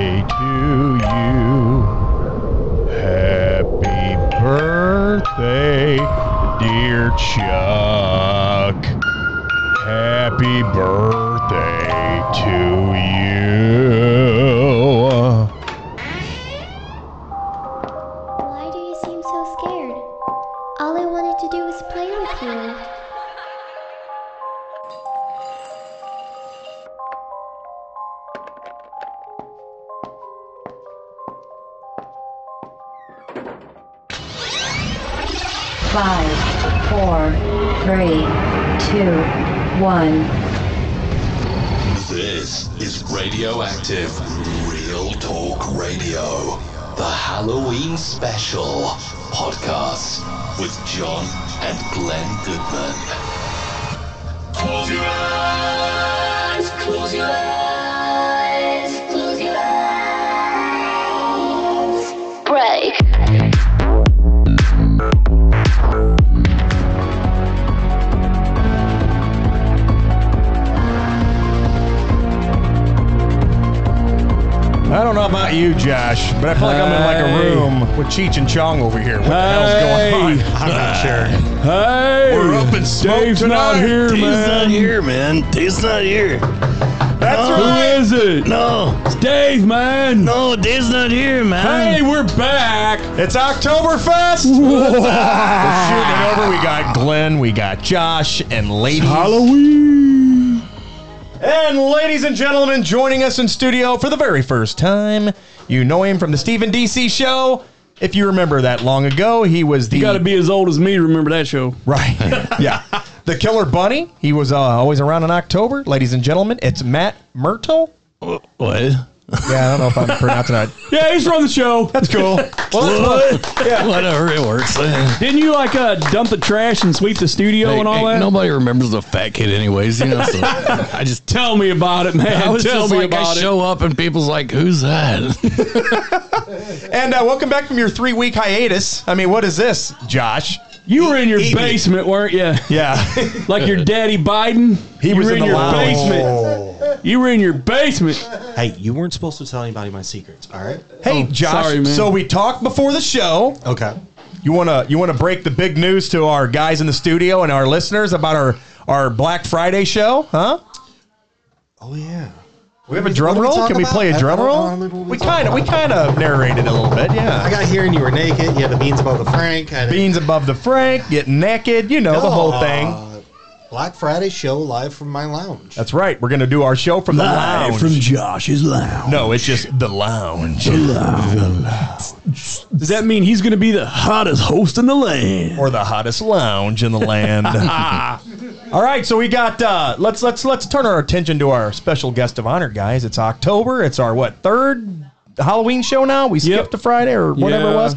to you. Happy birthday, dear Chuck. Happy birthday to you. Why do you seem so scared? All I wanted to do was play with you. Five, four, three, two, one. This is Radioactive Real Talk Radio, the Halloween special podcast with John and Glenn Goodman. Close your eyes, close your eyes, close your eyes. Break. I don't know about you, Josh, but I feel like I'm in like a Hey. room with Cheech and Chong over here. What the Hey. hell's going on? I'm not sure. Hey, We're up in smoke Dave's tonight. not here, Dave's man. not here, man. Dave's not here. That's Oh. right. Who is it? No, It's Dave, man. no, Dave's not here, man. Hey, we're back. It's Oktoberfest. We're shooting it over. We got Glenn, we got Josh, and ladies. Halloween. And ladies and gentlemen, joining us in studio for the very first time, you know him from the Stephen DC show. If you remember that long ago, he was the You got to be as old as me to remember that show. Right. yeah. The Killer Bunny. He was uh, always around in October. Ladies and gentlemen, it's Matt Myrtle. What? Yeah, I don't know if I'm pronouncing that. Yeah, he's from the show. That's cool. Well, What? Whatever, it works. Hey, Didn't you like uh, dump the trash and sweep the studio and all hey, that? Nobody remembers the fat kid, anyways. You know, so I just. Tell me about it, man. I was Tell just me like, I about it. show up and people's like, "Who's that?" and uh, welcome back from your three week hiatus. I mean, what is this, Josh? You were in your Eat me. basement, weren't you? Yeah. Like your daddy Biden. He you was were in in, the your lounge. basement. You were in your basement. Hey, you weren't supposed to tell anybody my secrets, all right? Hey, Josh. Oh, sorry, man. So we talked before the show. Okay. You wanna you wanna break the big news to our guys in the studio and our listeners about our our Black Friday show, huh? Oh yeah. We have a drum What do we roll. talk Can we about? play a I drum don't roll? remember what we We talked kind of we kind of narrated a little bit, I yeah. got here and you were naked. You had the beans above the Frank. I had Beans above the Frank, get naked, you know the whole thing. Black Friday show live from my lounge. That's right. We're gonna do our show from the lounge. Josh's lounge. no, it's just the lounge Does that mean he's going to be the hottest host in the land? or the hottest lounge in the land. Ah. All right, so we got uh, let's let's let's turn our attention to our special guest of honor, guys. It's October. It's our what third Halloween show now. We skipped Yep. a Friday or whatever it Yeah. was.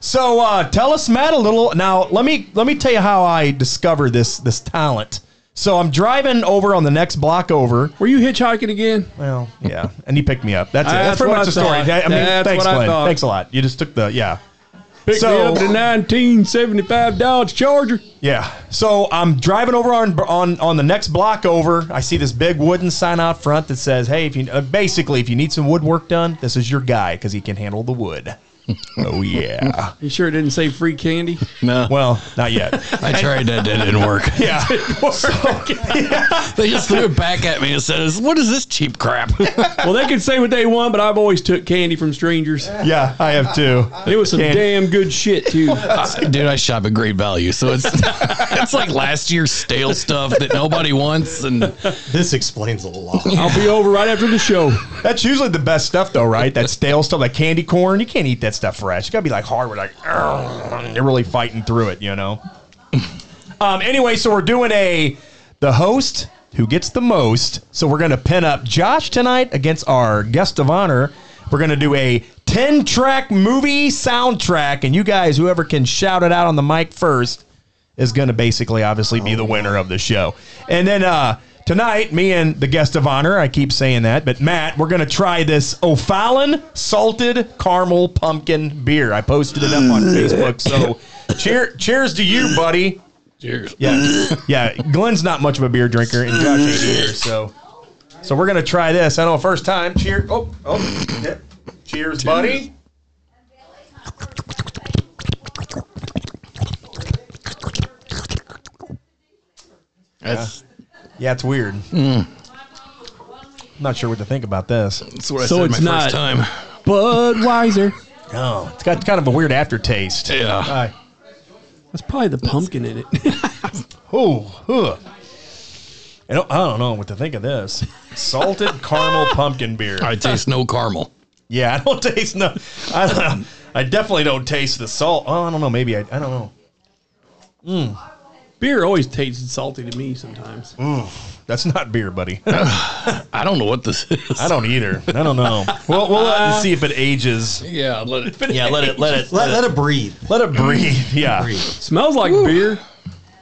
So uh, tell us, Matt, a little. Now let me let me tell you how I discovered this this talent. So I'm driving over on the next block over. Were you hitchhiking again? Well, yeah, and he picked me up. That's it. That's That's, pretty what much the I story. thought. I mean, That's thanks, what I Glenn. thought. Thanks a lot. You just took the yeah. Picked So- me up the 1975 Dodge Charger. Yeah. So I'm driving over on on on the next block over. I see this big wooden sign out front that says, "Hey, if you uh, basically if you need some woodwork done, this is your guy because he can handle the wood." oh yeah. You sure it didn't say free candy? No, Well, not yet. I tried that. That didn't work. Yeah. They just threw it back at me and said, "What is this cheap crap?" well, they can say what they want, but I've always took candy from strangers. yeah, I have two. It was some Candy. damn good shit too. I- dude, I shop at Great Value, so it's it's like last year's stale stuff that nobody wants, and This explains a lot. I'll be over right after the show. That's usually the best stuff though, right? That stale stuff, like candy corn. You can't eat that stuff fresh. You gotta be like hard. We're like, "Argh," they're really fighting through it, you know. um. Anyway, so we're doing a the host who gets the most. So we're gonna pin up Josh tonight against our guest of honor. We're gonna do a ten track movie soundtrack, and you guys, whoever can shout it out on the mic first, is going to basically obviously be the winner of the show. And then uh, tonight, me and the guest of honor, I keep saying that, but Matt, we're going to try this O'Fallon salted caramel pumpkin beer. I posted it up on Facebook. So cheer, cheers to you, buddy. cheers. Yeah. Yeah. Glenn's not much of a beer drinker and Josh ain't either. So, so we're going to try this. I know first time. Cheer. Oh, oh. yeah. Cheers, buddy. That's, Yeah, it's weird. I'm not sure what to think about this. that's what I So said it's my not- first time. Budweiser. Oh, it's got kind of a weird aftertaste. Yeah. Hi. That's probably the pumpkin in it. Oh, ugh. I don't, I don't know what to think of this. Salted caramel pumpkin beer. I taste no caramel. Yeah, I don't taste no. I don't know. I definitely don't taste the salt. Oh, I don't know. Maybe I. I don't know. Beer always tastes salty to me sometimes. That's not beer, buddy. I don't know what this is. I don't either. I don't know. We'll we'll let and see if it ages. Yeah, let it finish. Yeah, let it let it Let, let it breathe. let it breathe. Yeah. breathe. Smells like beer.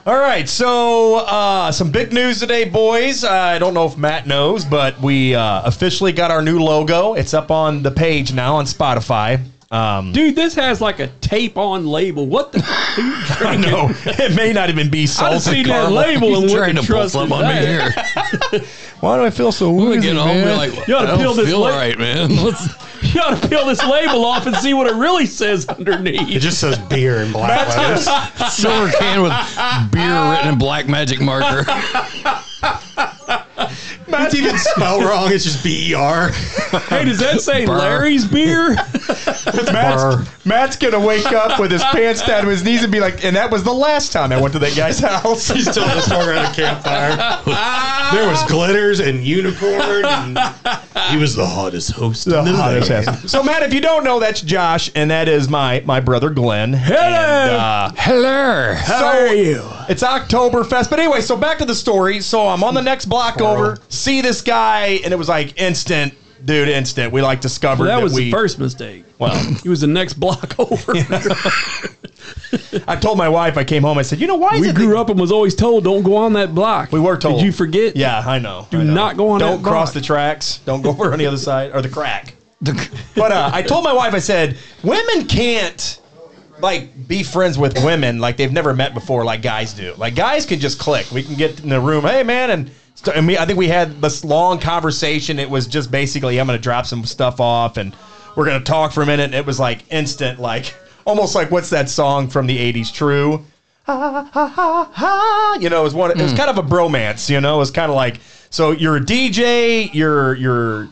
All right. So uh, some big news today, boys. I don't know if Matt knows, but we uh, officially got our new logo. It's up on the page now on Spotify. Um, Dude, this has like a tape on label. What the? I know it may not even be I salted seen that caramel. label and He's wouldn't trying to pull trust something it on me back. here. Why do I feel so We woozy, get home, man? we're like, You oughta I don't peel this feel lip. right, man. Let's, You ought to peel this label off and see what it really says underneath. It just says beer in black letters. silver can with beer written in black magic marker. It's even spelled wrong. It's just B E R. hey, does that say Burr. Larry's beer? Burr. Matt's, Matt's gonna wake up with his pants down to his knees and be like, and that was the last time I went to that guy's house. He's telling the story around a campfire. There was glitters and unicorn. And he was the hottest host. The in the hottest land. ass. So Matt, if you don't know, that's Josh, and that is my my brother Glenn. uh, Hello. Hello. so It's Oktoberfest. But anyway, so back to the story. So I'm on Hmm. the next block over, see this guy, and it was like instant, dude, instant. We like discovered Well, that was we, the first mistake. Well, He was the next block over. I told my wife I came home. I said, you know why? Is we it grew that- up and was always told, "Don't go on that block." We were told. Did you forget? Yeah, I know. Do I know. not go on Don't that cross block. the tracks. Don't go over on the other side or the crack. But uh, I told my wife, I said, women can't like be friends with women like they've never met before, like guys do. Like guys can just click. We can get in the room, hey man, and st- and we, I think we had this long conversation. It was just basically, I'm gonna drop some stuff off, and we're gonna talk for a minute. And it was like instant, like almost like what's that song from the '80s? True. Ha, ha, ha, ha. You know, it was one. It Hmm. was kind of a bromance. You know, it was kind of like so. You're a DJ. You're you're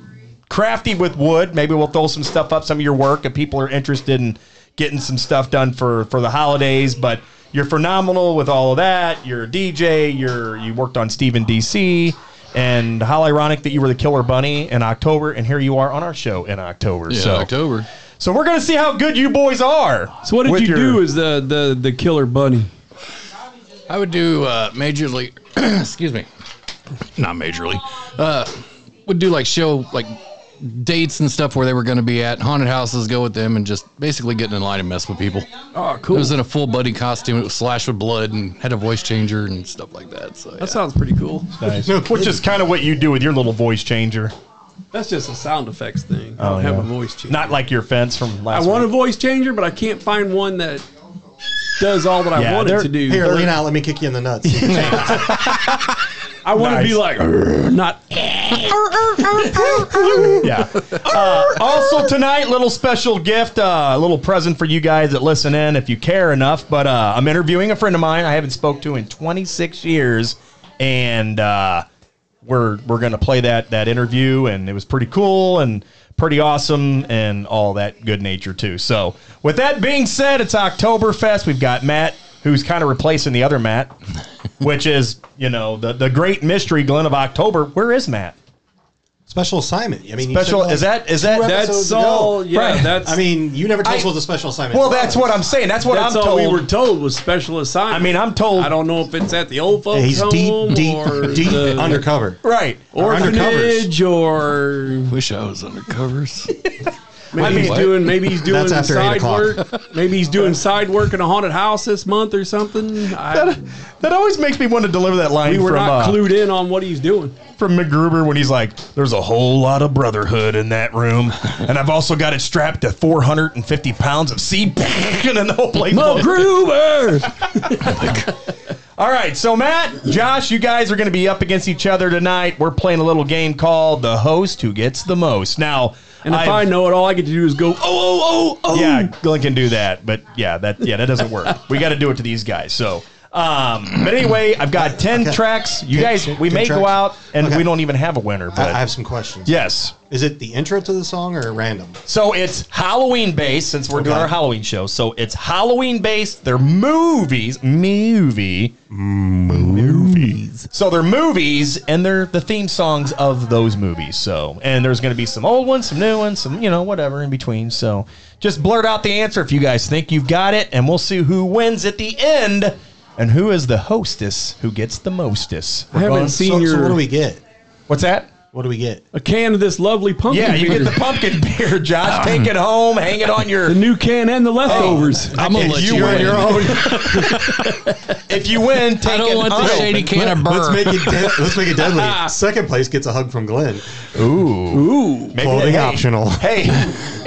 crafty with wood. Maybe we'll throw some stuff up, some of your work, if people are interested in getting some stuff done for for the holidays. But you're phenomenal with all of that. You're a DJ. You're you worked on Steven DC. And how ironic that you were the killer bunny in October, and here you are on our show in October. Yeah, so, October. so we're gonna see how good you boys are. So what did with you your- do as the the the killer bunny? I would do uh, major league. excuse me, not major league. Uh, would do like show like dates and stuff where they were going to be at haunted houses. Go with them and just basically getting in line and mess with people. Oh, It cool. was in a full buddy costume. It was slashed with blood and had a voice changer and stuff like that. So yeah. that sounds pretty cool. which is kind of what you do with your little voice changer, That's just a sound effects thing. I Oh, don't have yeah. a voice changer. not like your fence from I last. want a week. voice changer, but I can't find one that does all that Yeah, I want it they're- to do. Here, lean out. Let me kick you in the nuts. Change. I want to be Nice. like, "Arr," not. yeah. Uh, also tonight, little special gift, uh, a little present for you guys that listen in, if you care enough. But uh, I'm interviewing a friend of mine I haven't spoke to in 26 years, and uh, we're we're gonna play that that interview, and it was pretty cool and pretty awesome and all that good nature too. So with that being said, it's Oktoberfest. We've got Matt, who's kind of replacing the other Matt, which is you know the the great mystery Glenn of October. Where is Matt? Special assignment. I mean, you Special took, like, is that is that two episodes That's ago. all. Yeah, Right. that's. I mean, you never told us I- what the special assignment. Well, was. that's what I'm saying. That's what that's I'm all told. we were told was special assignment. I mean, I'm told. I don't know if it's at the old folks' Yeah, he's home deep, deep, or deep the undercover. Right. or orphanage, or Wish I was undercovers. maybe he's what? doing maybe he's doing That's after eight side o'clock. work. Maybe he's doing side work in a haunted house this month or something. I, That always makes me want to deliver that line we were from not uh, clued in on what he's doing. from McGruber when he's like, "There's a whole lot of brotherhood in that room, and I've also got it strapped to 450 pounds of sea, and then the whole place." blows." Gruber. All right, so Matt, Josh, you guys are going to be up against each other tonight. We're playing a little game called The Host Who Gets the Most. Now, And if I've- i know it, all I get to do is go, oh, oh, oh, oh. yeah, Glenn can do that, but yeah, that yeah, that doesn't work. we got to do it to these guys. So, um, but anyway, I've got ten tracks. You Ten- guys, ten- we ten may go tracks? out, and Okay. we don't even have a winner. I, But I have some questions. yes, Is it the intro to the song or random? so it's Halloween based since we're doing Okay. our Halloween show. So it's Halloween based. They're movies, movie, movies. So they're movies, and they're the theme songs of those movies. So and there's going to be some old ones, some new ones, some you know whatever in between. So just blurt out the answer if you guys think you've got it, and we'll see who wins at the end. And who is the hostess who gets the mostest? I haven't seen So, your so what do we get? What's that? What do we get? a can of this lovely pumpkin. Yeah, you get beer. the pumpkin beer, Josh. Take it home, hang it on your The new can and the Oh, leftovers. I'm gonna let you, you win. win. You're own. If you win, take I don't an want the idol. shady can of Let's burr. make it. Dead, let's make it deadly. Second place gets a hug from Glenn. Ooh. Maybe Clothing hey, optional. Hey,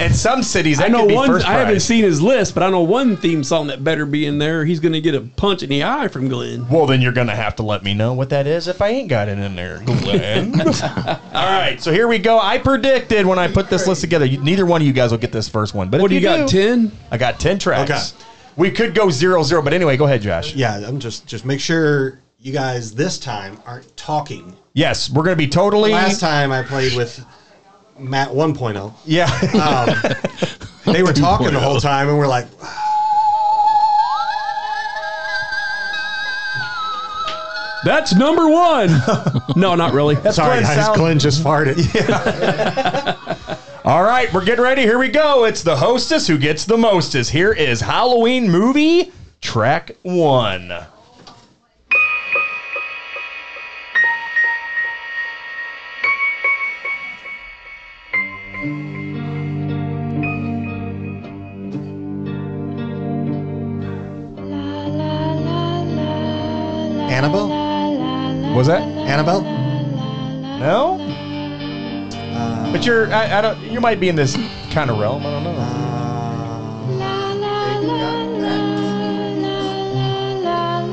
in some cities, that I know could be one. First I haven't prize. seen his list, but I know one theme song that better be in there. He's going to get a punch in the eye from Glenn. Well, then you're gonna have to let me know what that is if I ain't got it in there, Glenn. All right, so here we go. I predicted when I put this list together, you, neither one of you guys will get this first one. But What if do you got? do, Ten. I got ten tracks. Okay. We could go zero zero, but anyway, go ahead, Josh. Yeah, I'm just just make sure you guys this time aren't talking. Yes, we're gonna be totally. Last time I played with Matt 1.0, Yeah. Um, they were talking the oh. whole time, and we're like, That's number one. no, not really. "Sorry, Glenn guys, sound- Glenn just farted." All right, we're getting ready. Here we go. It's the hostess who gets the mostest. Here is Halloween movie track one. Annabelle, Was that Annabelle, no? but you're I, I don't you might be in this kind of realm. I don't know. Uh,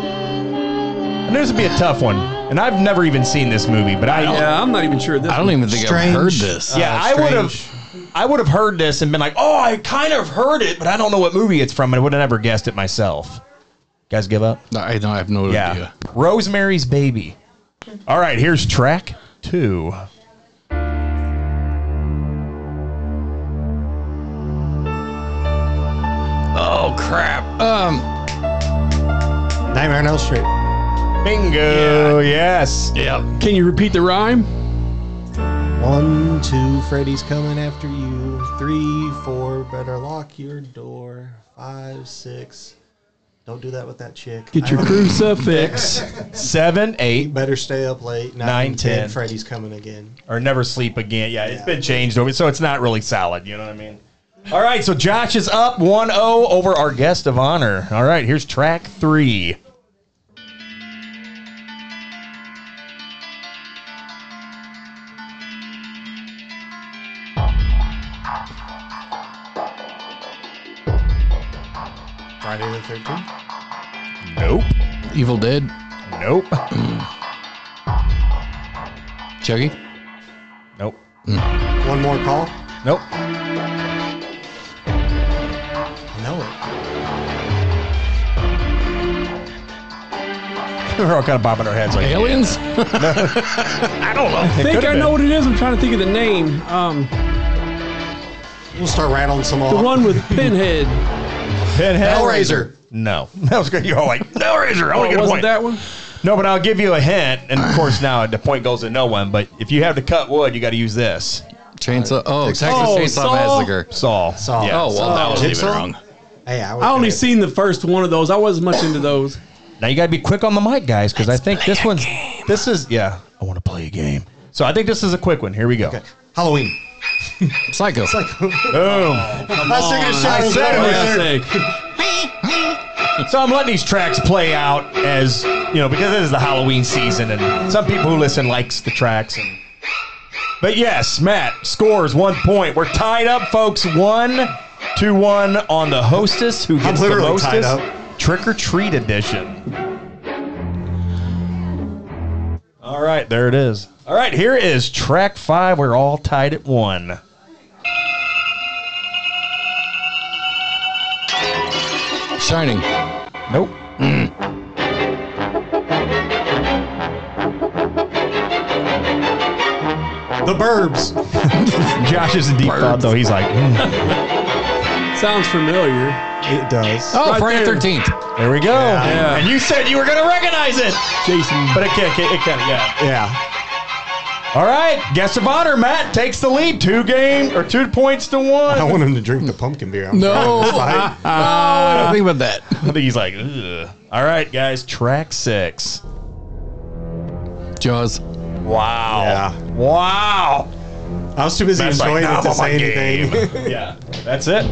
And this would be a tough one. And I've never even seen this movie, but I Yeah, I'm not even sure. This I don't even think I've Strange. heard this. yeah, Uh, I would Strange. have I would have heard this and been like, "Oh, I kind of heard it, but I don't know what movie it's from." And I would have never guessed it myself. Guys give up? No, I, don't, I have no Yeah. idea. Rosemary's Baby. All right, here's track 2. Oh crap. Um. Nightmare on Elm Street. Bingo. Yes. Yeah. Can you repeat the rhyme? One, two, Freddy's coming after you. Three, four, better lock your door. Five, six, don't do that with that chick. Get your I- crucifix. 7 8 Better stay up late. Nine, Nine, ten. ten. Freddy's coming again. or never sleep again. Yeah, it's been changed over, so it's not really solid. You know what I mean? All right, so Josh is up 1 0 over our guest of honor. All right, here's track three. Friday the thirteenth. Nope. Evil Dead. Nope. Chucky. Nope. One more call. Nope. I know it. We're all kind of bobbing our heads like Aliens. I think could've I know been. what it is. I'm trying to think of the name. Um, We'll start rattling some the off. one with Pinhead. Pinhead. Hellraiser. No. That was good. You're all like, no, Razor. I Oh, want to it get a wasn't point. that one? No, but I'll give you a hint. And of course, now the point goes to no one. But if you have to cut wood, you got to use this Chainsaw. Oh, Texas Oh, Chainsaw Saw. Massacre. saw. Saw. Yeah. Oh well, that wasn't even Jigsaw? wrong. Hey, I, was I only gonna- seen the first one of those. I wasn't much into those. Now you got to be quick on the mic, guys, because I think this one's. This is yeah. I want to play a game. So I think this is a quick one. Here we go. Halloween. Psycho. Boom. I was taking a shot. I at said it Halloween. was- So I'm letting these tracks play out as you know because it is the Halloween season, and some people who listen likes the tracks. And but yes, Matt scores one point. We're tied up, folks. One to one on the hostess who gets the literally mostest. tied up. Trick or treat edition. right, there it is. All right, here is track five. We're all tied at one. Shining. Nope. Mm. The Burbs. Josh is in deep thought though. He's like, hmm, Sounds familiar. It does. Oh, Right Friday there. Thirteenth. there we go. Yeah. And you said you were gonna recognize it, Jason. but it can't. It can't. Yeah. Yeah. All right, guest of honor, Matt takes the lead. Two game or two points to one. I want him to drink the pumpkin beer. I'm No. fine. It's fine. I don't think about that. I think he's like, Ugh. all right, guys, track six. Jaws. Wow. Yeah. Wow. I was too busy Matt's like, enjoying "Nah, it I'm to on my say anything. yeah, that's it.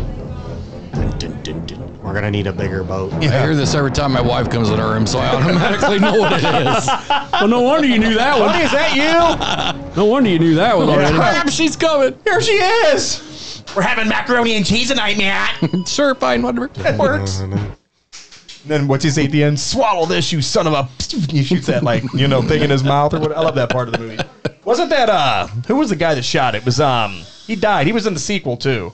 Dun, dun, dun. We're gonna need a bigger boat. I hear this every time my wife comes in her room, so I automatically know what it is. Well, no wonder you knew that one. Honey, is that you? No wonder you knew that one already. Crap, she's coming. Here she is. We're having macaroni and cheese tonight, Matt. Sure, fine, whatever. That works. No, no, no. then what's he say at the end? Swallow this, you son of a. He shoots that like you know thing in his mouth or what. I love that part of the movie. Wasn't that uh? Who was the guy that shot it? it? Was um? He died. He was in the sequel too.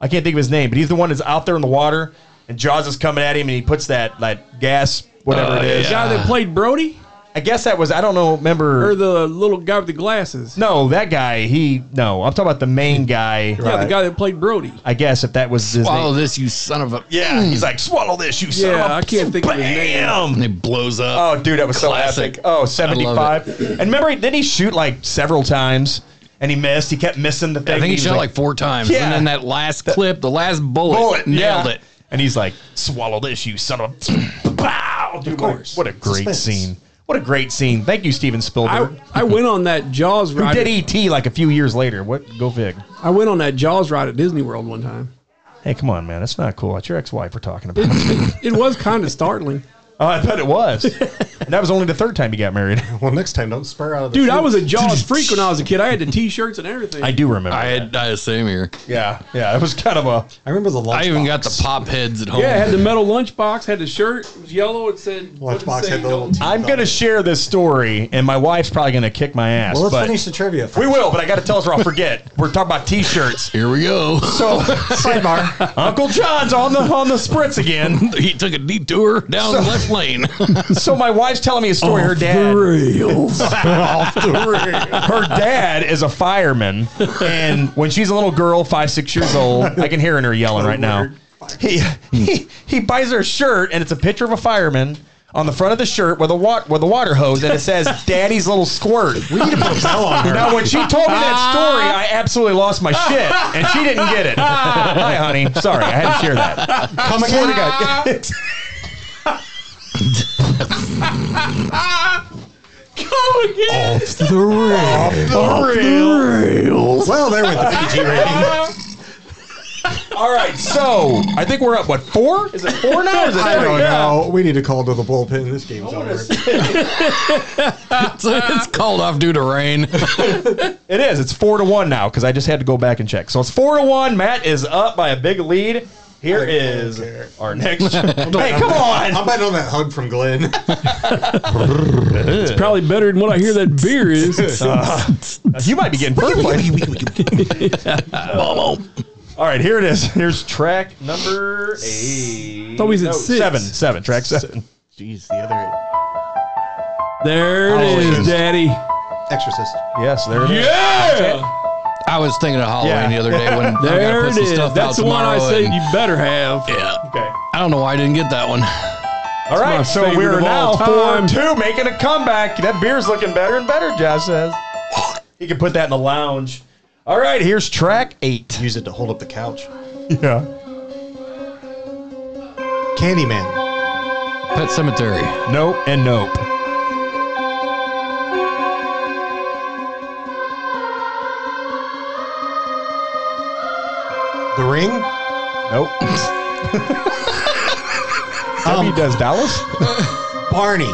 I can't think of his name, but he's the one that's out there in the water and Jaws is coming at him and he puts that like gas whatever Oh, it is. The guy that played Brody I guess that was I don't know. Remember? or the little guy with the glasses? no, that guy. He no. I'm talking about the main guy. Yeah, the Right. guy that played Brody. I guess if that was his Follow name. this, you son of a. Yeah, he's like swallow this, you son Hmm. Yeah, of a. I can't think of his name. Bam! And it blows up. Oh, dude, that was Classic. so epic. Oh, 75. And remember, didn't he shoot like several times and he missed? He kept missing the thing. I think he He's shot like, four times. Yeah. And then that last clip, the last bullet, bullet. nailed yeah. it. And he's like, swallow this, you son of a. Wow! Dude, what a- course. What a great Suspense. scene. What a great scene. Thank you, Steven I, Spielberg. I went on that Jaws Who ride. did E.T. like a few years later. What? Go Vig. I went on that Jaws ride at Disney World one time. Hey, come on, man. That's not cool. That's your ex wife we're talking about. It was kind of startling. oh, I bet it was. and that was only the third time you got married. Well, next time, don't spur out of the Dude, I chute. was a Jaws freak when I was a kid. I had the T-shirts and everything. I do remember. I had I had the same here. yeah, yeah. It was kind of a. I remember the lunchbox. I even got the pop heads at home. yeah, I had the metal lunchbox. Had the shirt. It was yellow. It said what did it Lunchbox say? had the little. Don't- teeth I'm on going to it. share this story, and my wife's probably going to kick my ass. Well, let's but finish the trivia. First. We will, but I got to tell us or I'll forget. We're talking about T-shirts. here we go. So Uncle John's on the on the spritz again. he took a detour down the left lane. So my wife's telling me a story. her dad, her dad is a fireman, and when she's a little girl, five six years old, I can hear her yelling right now. He, he he buys her a shirt, and it's a picture of a fireman. On the front of the shirt with a wa- with a water hose, and it says "Daddy's little squirt." We need to put a bell on her. Now, when she told me that story, I absolutely lost my shit, and she didn't get it. Hi, honey. Sorry, I had to share that. Come Swear to again. God. Come again. Off the rails. Well, there went the PG rating. All right, so I think we're up. What four? Is it four now? or Is it I three? don't know. We need to call to the bullpen. This game's over. so it's called off due to rain. It is. It's four to one now because I just had to go back and check. So it's four to one. Matt is up by a big lead. Here I don't is care. our next. hey, come I'm on! betting on that hug from Glenn. It's probably better than what I hear that beer is. You might be getting first place. All right, here it is. Here's track number eight. thought we said No, six. seven. Seven. Track seven. Jeez, the other There Oh, it is, Halloween. Daddy. Exorcist. Yes, there it is. Yeah, I was thinking of Halloween Yeah. the other day when I gotta there put it some is. stuff That's out the one I tomorrow said and- you better have. yeah. Okay. I don't know why I didn't get that one. All right, my so favorite we are of now all four time. two, making a comeback. That beer's looking better and better. Josh says he can put that in the lounge. All right, here's track eight. Use it to hold up the couch. Yeah, Candyman. Pet Cemetery. nope and nope. The Ring. Nope. Debbie does Dallas? Barney.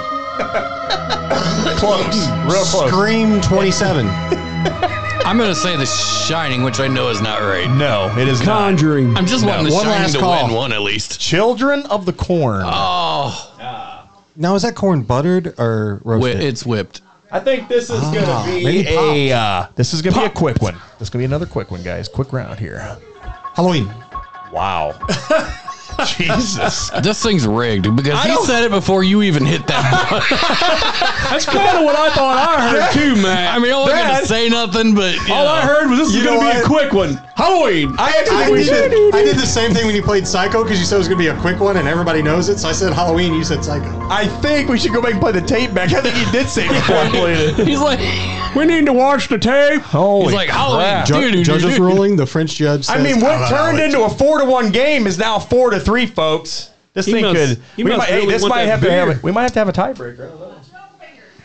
Close. Real close. Scream 27. I'm gonna say The Shining, which I know is not right. No, it is not. Conjuring. I'm just wanting The one Shining last to call. win one at least. Children of the Corn. Oh, Now, is that corn buttered or Whi roasted? it's whipped. I think this is Ah, gonna be. Maybe a, uh, this is going to be a Pop. quick one. This is going to be another quick one, guys. Quick round here. Halloween. Wow. Jesus. This thing's rigged because he said it before you even hit that. button. That's kind of what I thought I heard too, Matt. I mean, I wasn't Dad, gonna say nothing, but you all I know. heard was this is You gonna know be a what? quick one. Halloween. I actually did, I did the same thing when you played Psycho because you said it was going to be a quick one and everybody knows it. So I said Halloween, you said Psycho. I think we should go back and play the tape back. I think he did say it before I played it. He's like, we need to watch the tape. Holy he's like Halloween. crap. Dude, dude, dude, judge's dude. ruling, the French judge "Oh, I mean, what turned into a four to one game is now four to three, folks. This He thing must- could. he we must might, hey, really this want might that have to beer. have. a- We might have to have a tiebreaker. I don't know.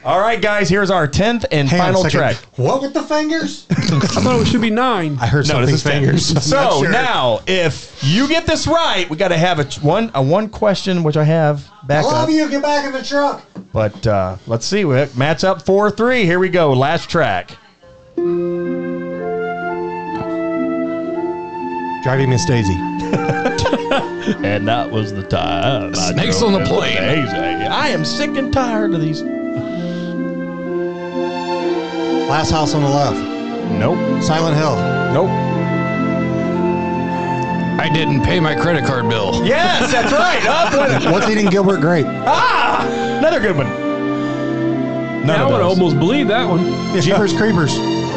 All right, guys. Here's our tenth and final track. What with the fingers? I thought it should be nine. I heard No, something this is fingers. I'm not So sure. now, if you get this right, we got to have a t- one a one question, which I have back up. you. Get back in the truck. But uh, let's see. we- Matt's up four three. Here we go. Last track. Driving Miss Daisy. And that was the time. I Snakes drove on the into plane. daisy. I am sick and tired of these. Last house on the left. Nope. Silent Hill. Nope. I didn't pay my credit card bill. Yes, that's right. Up with it. What's eating Gilbert Grape? Ah, another good one. None I of would those. almost believe that one. Jeepers Creepers.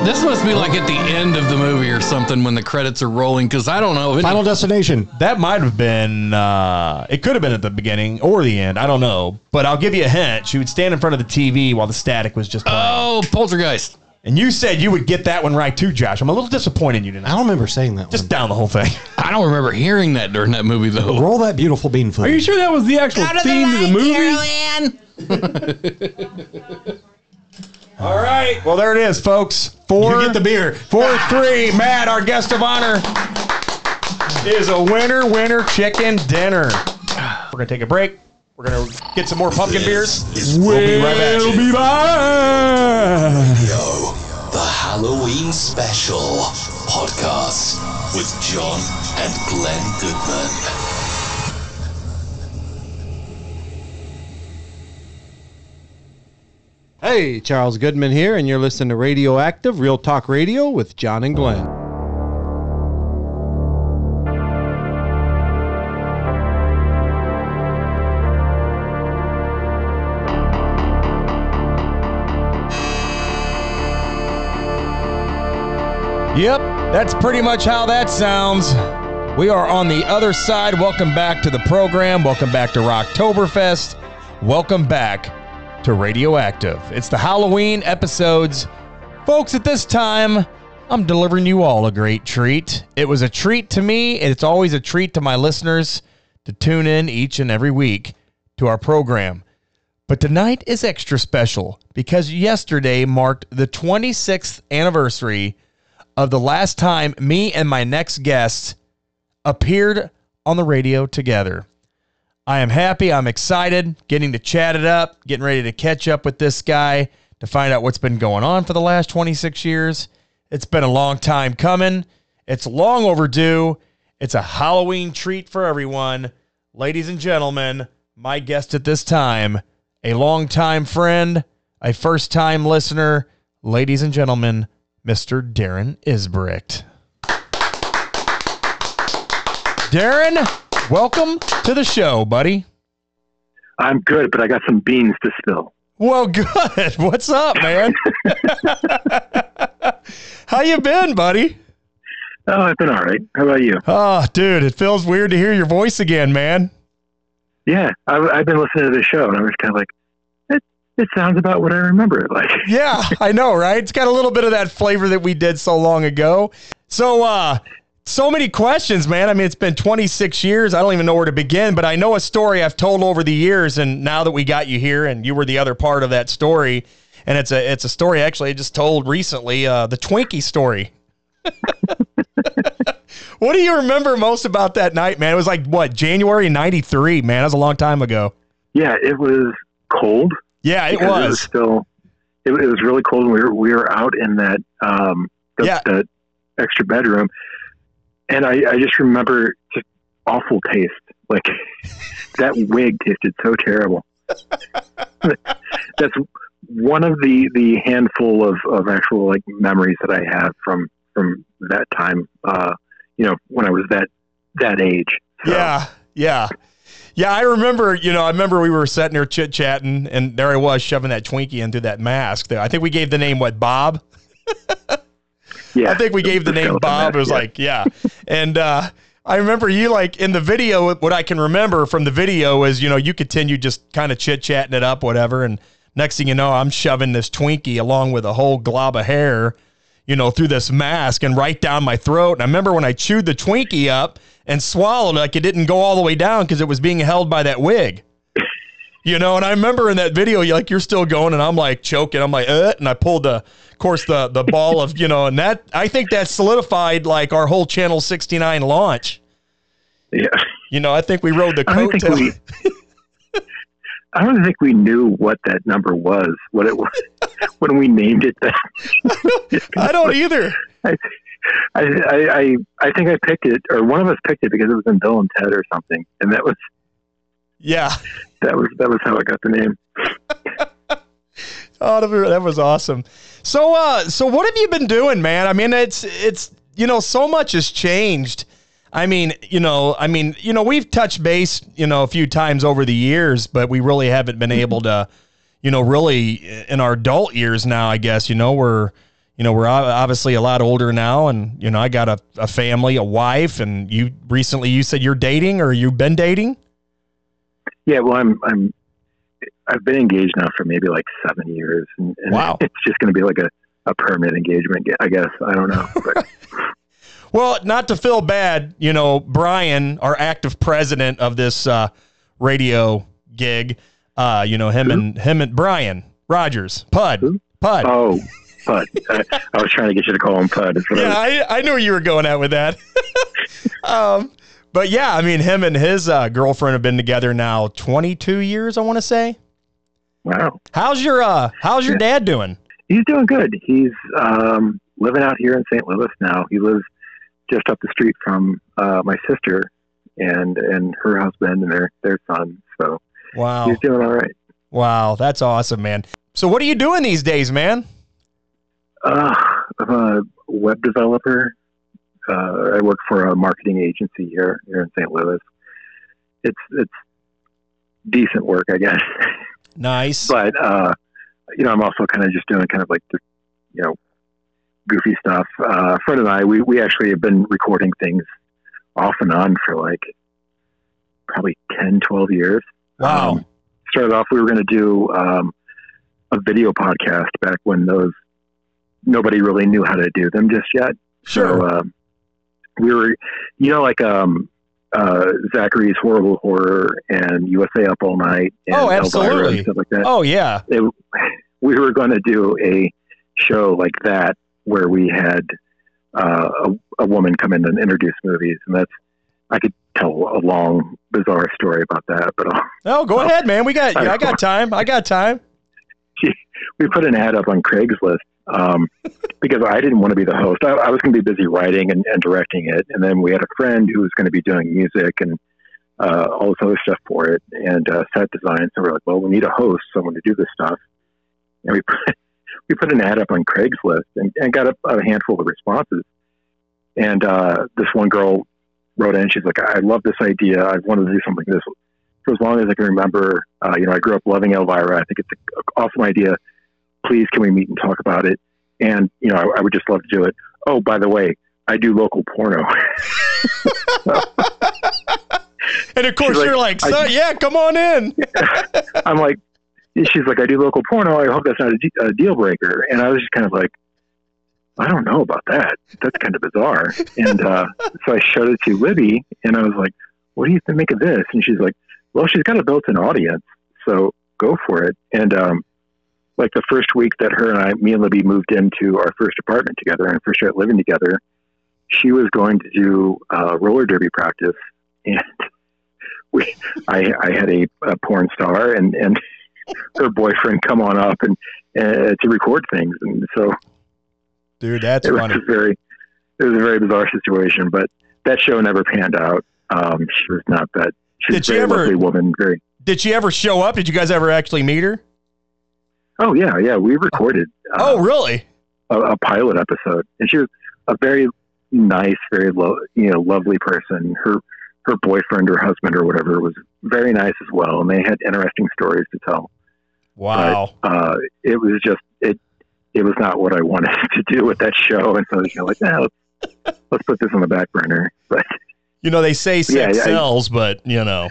This must be like at the end of the movie or something when the credits are rolling because I don't know. It- Final Destination. that might have been. Uh, it could have been at the beginning or the end. I don't know. But I'll give you a hint. She would stand in front of the TV while the static was just playing. oh, Poltergeist. and you said you would get that one right too, Josh. I'm a little disappointed in you I tonight. don't remember saying that Just down the whole thing. I don't remember hearing that during that movie though. one. Roll that beautiful bean foot. Are you sure that was the actual theme of the movie? All right. Well, there it is, folks. Four. You get the beer. Four three. Matt, our guest of honor, is a winner. Winner chicken dinner. We're gonna take a break. We're gonna get some more pumpkin beers. Is Radio, right back. the Halloween special podcast with John and Glenn Goodman. Hey, Charles Goodman here, and you're listening to Radioactive Real Talk Radio with John and Glenn. Yep, that's pretty much how that sounds. We are on the other side. Welcome back to the program. Welcome back to Rocktoberfest. Welcome back to Radioactive. It's the Halloween episodes. Folks, at this time, I'm delivering you all a great treat. It was a treat to me, and it's always a treat to my listeners to tune in each and every week to our program. But tonight is extra special because yesterday marked the 26th anniversary of the last time me and my next guest appeared on the radio together. I am happy. I'm excited getting to chat it up, getting ready to catch up with this guy to find out what's been going on for the last 26 years. It's been a long time coming. It's long overdue. It's a Halloween treat for everyone. Ladies and gentlemen, my guest at this time, a longtime friend, a first time listener, ladies and gentlemen, Mr. Darren Isbricht. Darren, welcome to the show, buddy. I'm good, but I got some beans to spill. Well, good. What's up, man? How you been, buddy? Oh, I've been all right. How about you? Oh, dude, it feels weird to hear your voice again, man. Yeah, I, I've been listening to the show, and I was kind of like, it, it sounds about what I remember it like. Yeah, I know, right? It's got a little bit of that flavor that we did so long ago. So, uh, so many questions, man. I mean, it's been 26 years. I don't even know where to begin, but I know a story I've told over the years. And now that we got you here and you were the other part of that story, and it's a, it's a story actually I just told recently, uh, the Twinkie story. what do you remember most about that night, man? It was like what, January 93, man. That was a long time ago. Yeah, it was cold. Yeah, it because It was. was still. It, it was really cold, and we were we were out in that um the, Yeah. that extra bedroom, and I, I just remember just awful taste. Like that wig tasted so terrible. That's one of the the handful of of actual like memories that I have from from that time. Uh, you know, when I was that that age. So, Yeah, yeah. Yeah, I remember, you know, I remember we were sitting there chit chatting, and there I was shoving that Twinkie in through that mask. There, I think we gave the name, what, Bob? yeah. I think we gave the name skeleton Bob. It mask, was yeah. like, yeah. And uh, I remember you, like, in the video, what I can remember from the video is, you know, you continue just kind of chit chatting it up, whatever. And next thing you know, I'm shoving this Twinkie along with a whole glob of hair, you know, through this mask and right down my throat. And I remember when I chewed the Twinkie up and swallowed, it, like, it didn't go all the way down because it was being held by that wig. You know, and I remember in that video, you like you're still going, and I'm like choking. I'm like, uh, and I pulled the, of course, the the ball of you know, and that I think that solidified like our whole Channel 69 launch. yeah. You know, I think we rode the I don't think coattail. we- I don't think we knew what that number was. What it was when we named it that. I don't either. I, I I I think I picked it, or one of us picked it because it was in Bill and Ted or something, and that was Yeah, that was that was how I got the name. oh, that was- that was awesome. So, uh, so what have you been doing, man? I mean, it's it's you know, so much has changed. I mean, you know, I mean, you know, we've touched base, you know, a few times over the years, but we really haven't been able to, you know, really uh, in our adult years now, I guess, you know, we're, you know, we're ob- obviously a lot older now and, you know, I got a, a family, a wife, and you recently, you said you're dating or you've been dating? Yeah, well, I'm I'm I've been engaged now for maybe like seven years, and, and Wow. it's just going to be like a a permanent engagement, I guess. I don't know. But, Well, not to feel bad, you know, Brian, our active president of this uh, radio gig, uh, you know, him and him and Brian Rogers, Pud, Who? Pud. oh, but I, I was trying to get you to call him Pud. Is what I yeah, was- I, I knew you were going out with that. um, but yeah, I mean, him and his uh, girlfriend have been together now 22 years, I want to say. wow, How's your uh, How's your dad doing? he's doing good. He's um, living out here in St. Louis now. He lives just up the street from uh, my sister and and her husband and their their son. So Wow, he's doing all right. wow, that's awesome, man. So, what are you doing these days, man? Uh, I'm a web developer. Uh, I work for a marketing agency here here in St. Louis. It's it's decent work, I guess. Nice. but uh, you know, I'm also kind of just doing kind of like the you know goofy stuff. Uh, a friend and I, we we actually have been recording things off and on for like probably 10, 12 years. Wow. Um, started off, we were going to do um, a video podcast back when those nobody really knew how to do them just yet. sure. So, um, we were, you know, like um, uh, Zachary's Horrible Horror and USA Up All Night and Oh, Elvira absolutely. and stuff like that. oh yeah. We were going to do a show like that where we had uh, a, a woman come in and introduce movies, and that's I could tell a long bizarre story about that, but uh, I'll, Oh, go So- ahead, man. We got. Alright, I got time. I got time. we put an ad up on Craigslist um, because I didn't want to be the host. I, I was going to be busy writing and, and directing it, and then we had a friend who was going to be doing music and uh, all this other stuff for it and uh, set design. So we're like, well, we need a host, someone to do this stuff, and we put, we put an ad up on Craigslist and, and got a, a handful of responses. And uh, this one girl wrote in, she's like, I love this idea. I wanted to do something this for as long as I can remember. Uh, you know, I grew up loving Elvira. I think it's an awesome idea please can we meet and talk about it and you know I, I would just love to do it oh by the way i do local porno And of course, She's like, you're like, I- son, yeah, come on in. i'm like she's like i do local porno i hope that's not a, de- a deal breaker and i was just kind of like i don't know about that that's kind of bizarre and uh, so i showed it to libby and i was like what do you think of this and she's like well she's got a built-in audience so go for it and um, like the first week that her and i me and libby moved into our first apartment together and first started living together she was going to do uh, roller derby practice, and we, I, I had a, a porn star and and her boyfriend come on up and uh, to record things, and so Dude, that's it was funny. a very it was a very bizarre situation. But that show never panned out. Um, she was not that. She was Did a you very ever- lovely woman. Very Did she ever show up? Did you guys ever actually meet her? Oh yeah, yeah. We recorded uh, Oh, really? a, a pilot episode, and she was a very nice, very lo- you know lovely person. Her her boyfriend or husband or whatever was very nice as well, and they had interesting stories to tell. Wow. Uh, it was just it it was not what I wanted to do with that show, and so you know like now let's, let's put this on the back burner. But You know, they say sex yeah, I- sells, but, you know.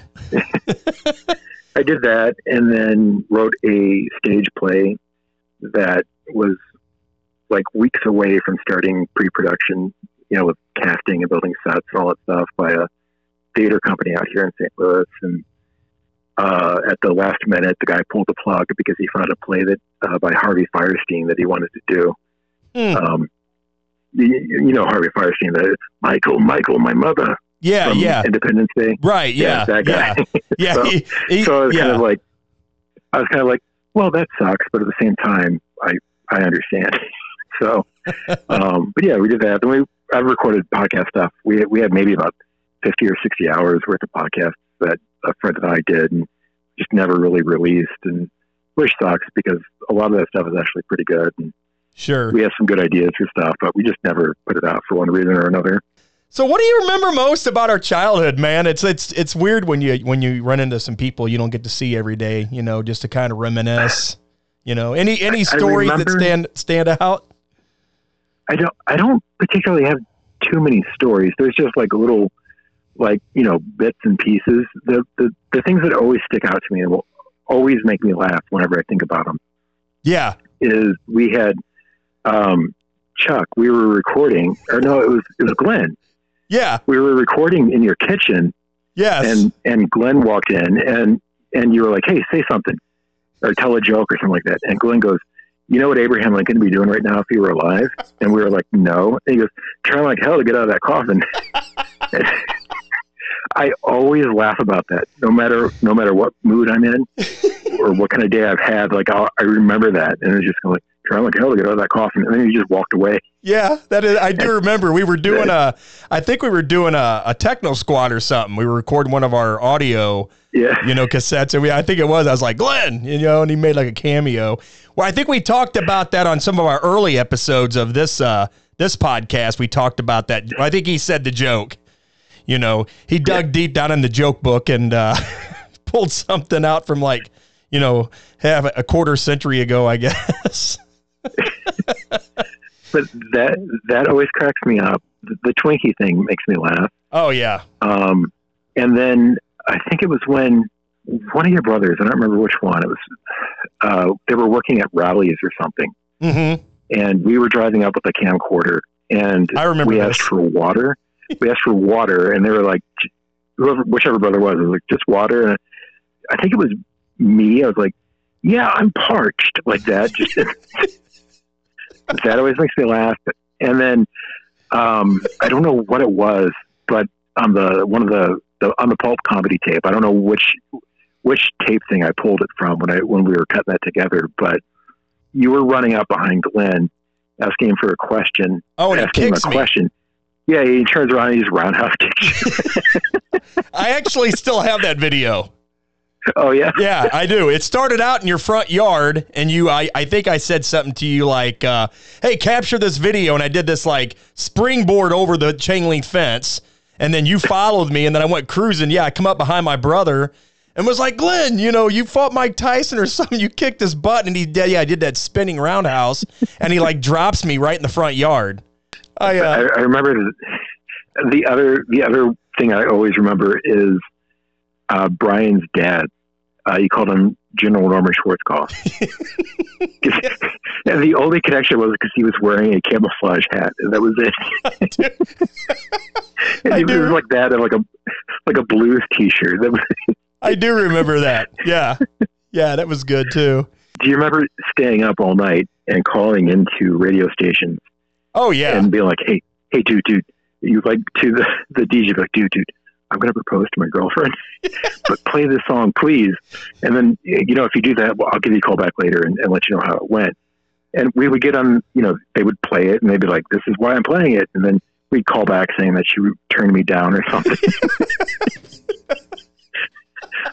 I did that, and then wrote a stage play that was like weeks away from starting pre-production. You know, with casting and building sets and all that stuff by a theater company out here in St. Louis, and uh, at the last minute, the guy pulled the plug because he found a play that uh, by Harvey Firestein that he wanted to do. Hmm. Um, you, you know Harvey Firestein, the Michael, Michael, my mother Yeah, from yeah. Independence Day. Right, yeah. that guy. Yeah. Yeah. So- he- he- so I was yeah. kind of like, I was kind of like, well, that sucks, but at the same time, I I understand. so, um, but yeah, we did that. Then we I recorded podcast stuff. We we had maybe about fifty or sixty hours worth of podcasts that a friend and I did, and just never really released. And which sucks because a lot of that stuff is actually pretty good. And sure. we have some good ideas for stuff, but we just never put it out for one reason or another. So what do you remember most about our childhood, man? It's it's it's weird when you when you run into some people you don't get to see every day, you know, just to kind of reminisce. You know, any any stories that remember- stand stand out? I don't I don't particularly have too many stories. There's just like little like, you know, bits and pieces. The the, the things that always stick out to me and will always make me laugh whenever I think about them Yeah. is we had um Chuck, we were recording or no, it was it was Glenn. Yeah. We were recording in your kitchen Yes. and and Glenn walked in and and you were like, "Hey, say something or tell a joke or something like that." And Glenn goes, "You know what Abraham Lincoln would be doing right now if he were alive?" And we were like, "No." And he goes, "Trying like hell to get out of that coffin." And I always laugh about that, no matter no matter what mood I'm in or what kind of day I've had. Like I'll, I remember that, and it's just kinda like trying like hell to get out of that coffin, and then he just walked away. yeah, that is I do remember we were doing a I think we were doing a, a techno squad or something. We were recording one of our audio Yeah, you know, cassettes. And we, I think it was, I was like, Glenn, you know, and he made like a cameo. Well, I think we talked about that on some of our early episodes of this, uh, this podcast. We talked about that. I think he said the joke, you know, he dug deep down in the joke book and, uh, pulled something out from like, you know, half a quarter century ago, I guess. but that that always cracks me up. The, the Twinkie thing makes me laugh. oh yeah. Um, and then I think it was when one of your brothers, I don't remember which one, it was, uh, they were working at Rowley's or something. Mm-hmm. And we were driving up with a camcorder and I remember we this. asked for water. We asked for water and they were like, j- whoever, whichever brother was, was like, just water. And I think it was me. I was like, yeah, I'm parched like that. Just that always makes me laugh. And then, um, I don't know what it was, but on the one of the, the on the pulp comedy tape. I don't know which which tape thing I pulled it from when I when we were cutting that together. But you were running up behind Glenn, asking him for a question, Oh, and he asking him kicks a me. question. Yeah, he turns around and he's roundhouse kicks. you. I actually still have that video. oh yeah, yeah, I do. It started out in your front yard, and you, I, I think I said something to you like, uh, "Hey, capture this video," and I did this like springboard over the chain link fence, and then you followed me, and then I went cruising. Yeah, I come up behind my brother and was like, "Glenn, you know, you fought Mike Tyson or something. You kicked his butt, and he did. Yeah, I did that spinning roundhouse, and he like drops me right in the front yard." I, I, uh, I remember the, the other the other thing I always remember is uh, Brian's dad. Uh, he called him General Norman Schwarzkopf. and the only connection was because he was wearing a camouflage hat, and that was it. and I it was do. like that, and like a like a blues T-shirt. That was, I do remember that. Yeah, yeah, that was good too. do you remember staying up all night and calling into radio stations Oh yeah. and being like, "Hey, hey, dude, dude," you like to the the DJ, be like, "Dude, dude, I'm gonna propose to my girlfriend, but play this song, please." And then you know, if you do that, well, I'll give you a call back later and, and let you know how it went. And we would get on, you know, they would play it and they'd be like, "This is why I'm playing it," and then we'd call back saying that she turned me down or something.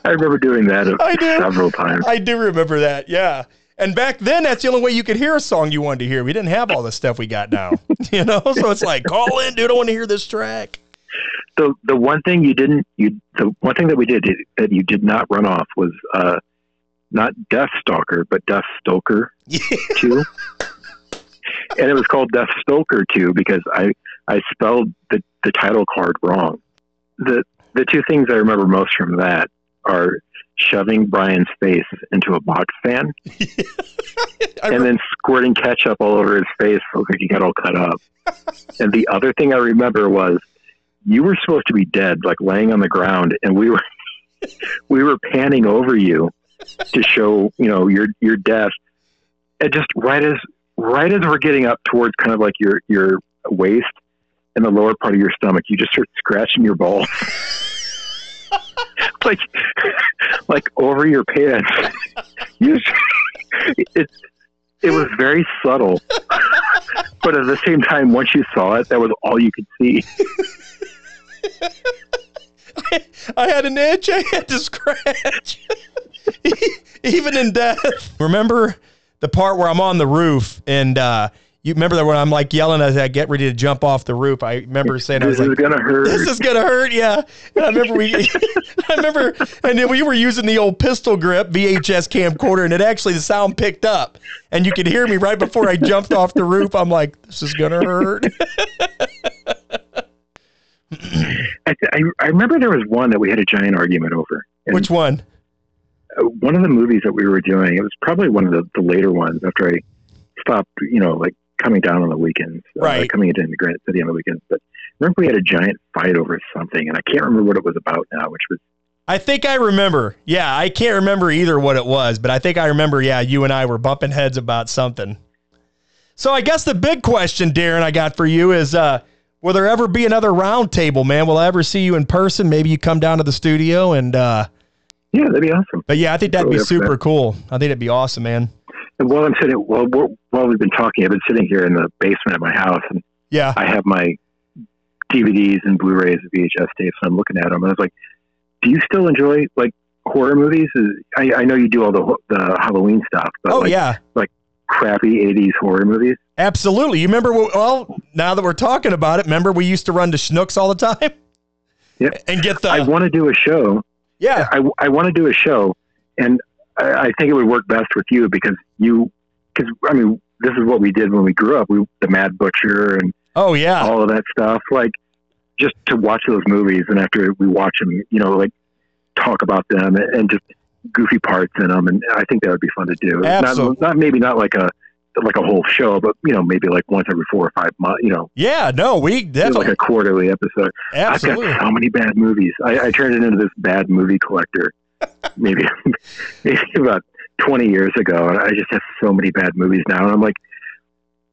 I remember doing that I do. several times. I do remember that. Yeah. And back then, that's the only way you could hear a song you wanted to hear. We didn't have all the stuff we got now, you know. So it's like, call in, dude. I want to hear this track. the the one thing you didn't you the one thing that we did that you did not run off was uh not Death Stalker but Death Stoker two, and it was called Death Stoker two because I I spelled the the title card wrong. The the two things I remember most from that are shoving Brian's face into a box fan I and then squirting ketchup all over his face so he got all cut up. and the other thing I remember was you were supposed to be dead, like laying on the ground, and we were we were panning over you to show you know your your death. And just right as right as we're getting up towards kind of like your your waist and the lower part of your stomach, you just start scratching your balls. like like over your pants. You just, it it was very subtle. But at the same time, once you saw it, that was all you could see. I had an itch I had to scratch. E- Even in death. Remember the part where I'm on the roof and uh, you remember that when I'm like yelling as I get ready to jump off the roof. I remember saying I was This is like gonna hurt. this is gonna hurt, yeah. And I remember we, I remember, and then we were using the old pistol grip VHS camcorder, and it actually the sound picked up, and you could hear me right before I jumped off the roof. I'm like, this is gonna hurt. I, I, I remember there was one that we had a giant argument over. And Which one? uh, one of the movies that we were doing, it was probably one of the, the later ones after I stopped, you know, like coming down on the weekends, uh, Right. coming into Granite City on the weekends. But I remember we had a giant fight over something, and I can't remember what it was about now, which was I think I remember. Yeah, I can't remember either what it was, but I think I remember. Yeah, you and I were bumping heads about something. So I guess the big question, Darren, I got for you is: uh, Will there ever be another round table, man? Will I ever see you in person? Maybe you come down to the studio and. Uh, yeah, that'd be awesome. But yeah, I think that'd be Totally up for super cool. I think that'd be awesome, man. And while I'm sitting, while we're, while we've been talking, I've been sitting here in the basement of my house, and Yeah. I have my DVDs and Blu-rays and VHS tapes, and I'm looking at them, and I was like, "Do you still enjoy like horror movies? Is- I, I know you do all the ho- the Halloween stuff, but Oh like yeah. crappy '80s horror movies. Absolutely. You remember? what- Well, now that we're talking about it, remember we used to run to Schnooks all the time. Yep. And get the I want to do a show. yeah. I, I want to do a show, and I, I think it would work best with you because you, because I mean, this is what we did when we grew up. We the Mad Butcher and Oh yeah. all of that stuff. Like just to watch those movies, and after we watch them, you know, like talk about them and, and just goofy parts in them. And I think that would be fun to do. Absolute- Not, not maybe not like a like a whole show, but you know, maybe like once every four or five months. You know, Yeah. No, we do like definitely. a quarterly episode. absolutely. I've got so many bad movies. I, I turned it into this bad movie collector, maybe maybe about twenty years ago, and I just have so many bad movies now. And I'm like,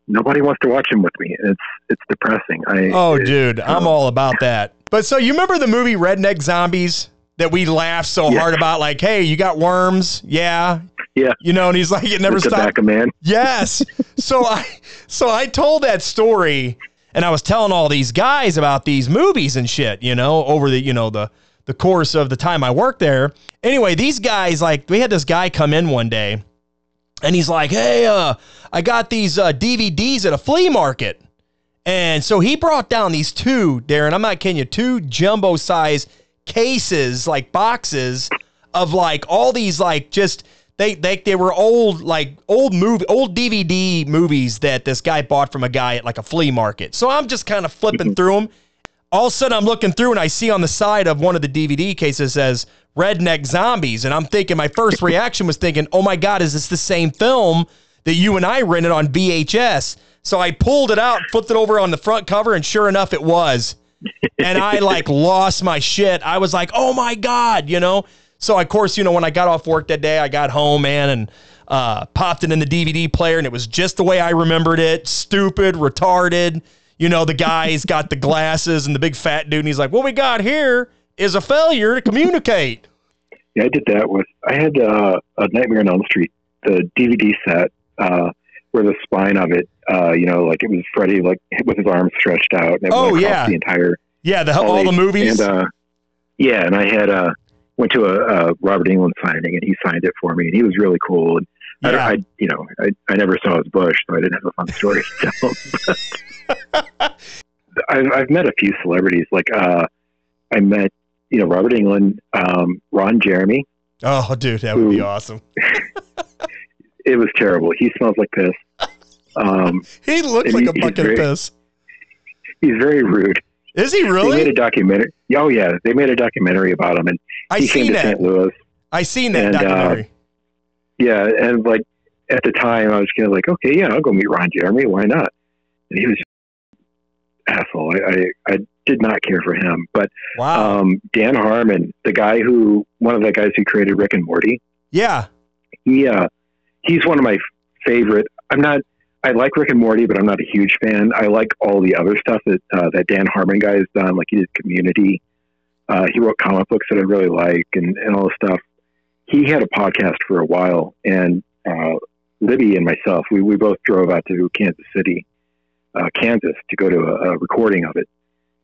nobody wants to watch them with me. It's it's depressing. I Oh, it- dude, I'm all about that. But so you remember the movie Redneck Zombies that we laughed so Yeah. hard about? Like, hey, you got worms? Yeah. Yeah. You know, and he's like, it never the stopped. tobacco man. Yes. So I so I told that story and I was telling all these guys about these movies and shit, you know, over the, you know, the the course of the time I worked there. Anyway, these guys like we had this guy come in one day and he's like, "Hey, uh, I got these uh, DVDs at a flea market." And so he brought down these two, Darren, I'm not kidding you, two jumbo size cases, like boxes of like all these like just they they they were old like old movie old DVD movies that this guy bought from a guy at like a flea market. So I'm just kind of flipping through them. All of a sudden I'm looking through and I see on the side of one of the DVD cases says Redneck Zombies and I'm thinking my first reaction was thinking, "Oh my god, is this the same film that you and I rented on VHS?" So I pulled it out, flipped it over on the front cover and sure enough it was and I like lost my shit. I was like, oh my God, you know? So, of course, you know, when I got off work that day, I got home, man, and uh, popped it in the DVD player, and it was just the way I remembered it stupid, retarded. You know, the guy's got the glasses and the big fat dude, and he's like, what we got here is a failure to communicate. Yeah, I did that with. I had uh, a Nightmare on Elm Street, the DVD set, uh, where the spine of it, uh, you know, like it was Freddy, like with his arms stretched out, and it Oh, went across yeah. the entire Yeah, the, all the these- movies. And, uh, yeah, and I had uh, went to a, a Robert England signing, and he signed it for me, and he was really cool. And I, don't- Yeah. I, you know, I, I never saw his bush, so I didn't have a fun story to tell. but- I've, I've met a few celebrities. Like uh, I met, you know, Robert England, um, Ron Jeremy. Oh, dude, that would be Ooh. awesome. It was terrible. He smells like piss. Um, He looks And like he- a he's bucket of great. piss. he's very rude. Is he They made a really? documentary. Oh yeah, they made a documentary about him, and I he seen came to that. St. Louis. I seen that and, uh, documentary. Yeah, and like at the time, I was kind of like, okay, yeah, I'll go meet Ron Jeremy. Why not? And he was an asshole. I, I I did not care for him. But wow. um, Dan Harmon, the guy who one of the guys who created Rick and Morty, yeah. he uh, he's one of my favorite. I'm not. I like Rick and Morty, but I'm not a huge fan. I like all the other stuff that uh, that Dan Harmon guy has done. Like he did Community. Uh, he wrote comic books that I really like, and, and all this stuff. He had a podcast for a while, and uh, Libby and myself, we, we both drove out to Kansas City, uh, Kansas, to go to a, a recording of it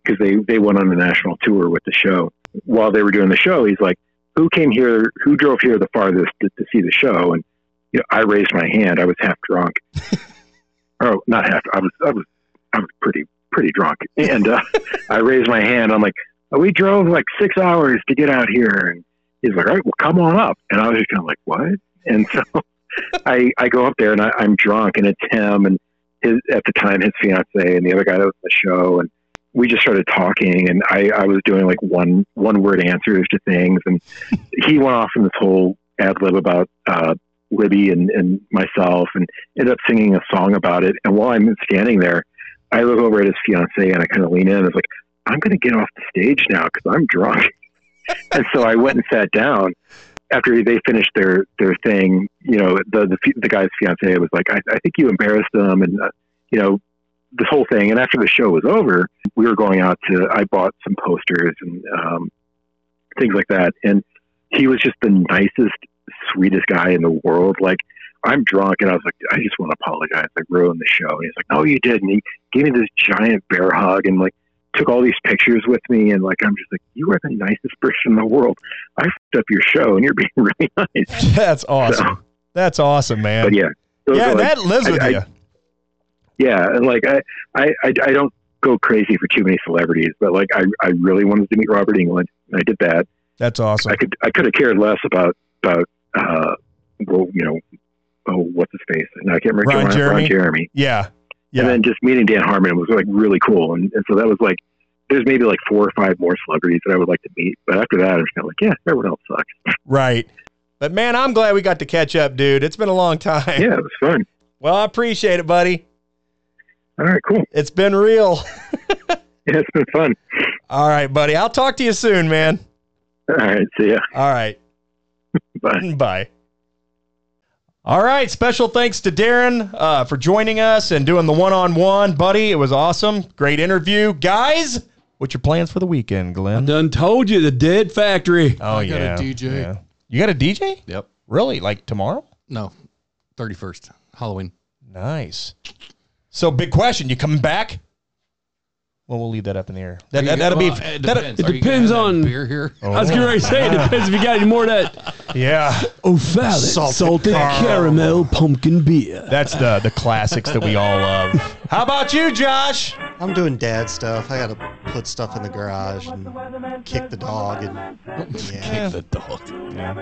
because they they went on a national tour with the show. While they were doing the show, he's like, "Who came here? Who drove here the farthest to, to see the show?" And you know, I raised my hand. I was half drunk. oh, not half. I was I was I was pretty pretty drunk, and uh, I raised my hand. I'm like, "Uh, "We drove like six hours to get out here," and he's like, "All right, well, come on up." And I was just kind of like, "What?" And so I I go up there and I, I'm drunk, and it's him and his at the time his fiance and the other guy that was on the show, and we just started talking and I, I was doing like one one word answers to things and he went off in this whole ad lib about uh, Libby and, and myself and ended up singing a song about it and while I'm standing there I look over at his fiance and I kind of lean in and I was like I'm gonna get off the stage now because I'm drunk and so I went and sat down after they finished their their thing you know the the, fi- the guy's fiance was like I, I think you embarrassed them and uh, you know this whole thing and after the show was over we were going out to I bought some posters and um, things like that and he was just the nicest sweetest guy in the world like I'm drunk and I was like I just want to apologize I ruined the show and he's like no you didn't he gave me this giant bear hug and like took all these pictures with me and like I'm just like you are the nicest person in the world I fed up your show and you're being really nice That's awesome. That's awesome, man. but yeah those yeah, are, like, that lives I- with I- you. yeah and like I, I i i don't go crazy for too many celebrities but like i i really wanted to meet robert england and i did that That's awesome. i could i could have cared less about about uh well you know oh what's his face no, i can't remember Ron Jeremy? Ron jeremy. yeah. Yeah. and then just meeting dan harmon was like really cool and, and so that was like there's maybe like four or five more celebrities that i would like to meet but after that i'm just kind of like yeah everyone else sucks right. But man, I'm glad we got to catch up, dude. It's been a long time. yeah it was fun Well, I appreciate it, buddy. all right cool It's been real. yeah it's been fun All right, buddy. I'll talk to you soon, man. all right see ya All right. bye Bye. All right. Special thanks to Darren uh, for joining us and doing the one on one, buddy. It was awesome. Great interview. Guys, what's your plans for the weekend, Glenn? Done told you the Dead Factory. Oh, I got a DJ. You got a DJ? Yep. Really? Like tomorrow? No. 31st. Halloween. Nice. So, big question. You coming back? Well, we'll leave that up in the air. uh, That, that, that'll Well, be. it that'll- depends. it Are you gonna depends have that on- beer here. I was getting ready to say it depends if you got any more of that yeah. O'Fallon Oh, salted, caramel pumpkin beer. That's the the classics that we all love. How about you, Josh? I'm doing dad stuff. I gotta put stuff in the garage and kick the dog and yeah. The dog.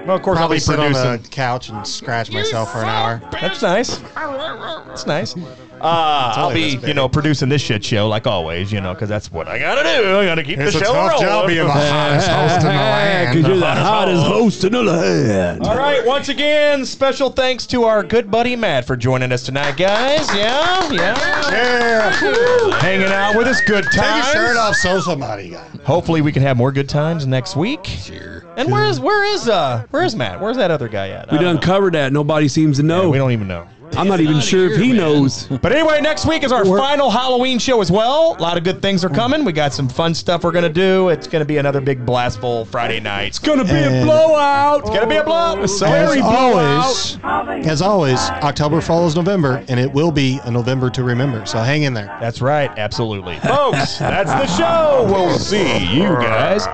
Well, of course, Probably sit I'll be on producing. the couch and scratch myself for an hour. That's nice. That's nice. Uh, I'll be, this you know, producing this shit show like always, you know, because that's what I gotta do. I gotta keep It's the a show tough rolling. job being the hottest host in the land. Ah, Because you're the hottest host in the land. All right, once again, special thanks to our good buddy Matt for joining us tonight, guys. Yeah, yeah. Yeah. Hanging out with us, good times. Take your shirt off, so somebody got it. Hopefully, we can have more good times next week. Sure. And where is where is uh where is Matt? Where's that other guy at? We I don't done covered that. Nobody seems to know. know. We don't even know. I'm not even sure if he knows. But anyway, next week is our final Halloween show as well. A lot of good things are coming. We got some fun stuff we're going to do. It's going to be another big blastful Friday night. It's Gonna be a And- blowout. going to be a blow. So As very always, as always, October follows November, and it will be a November to remember. So hang in there. That's right. Absolutely. Folks, that's the show. We'll see you guys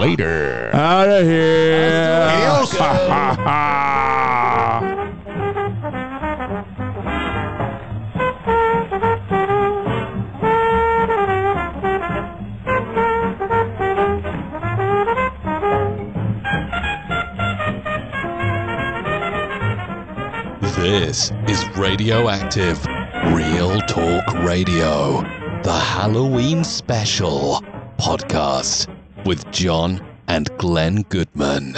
later. Out of here. Adios. Ha ha. This is Radioactive Real Talk Radio, the Halloween special podcast with John and Glenn Goodman.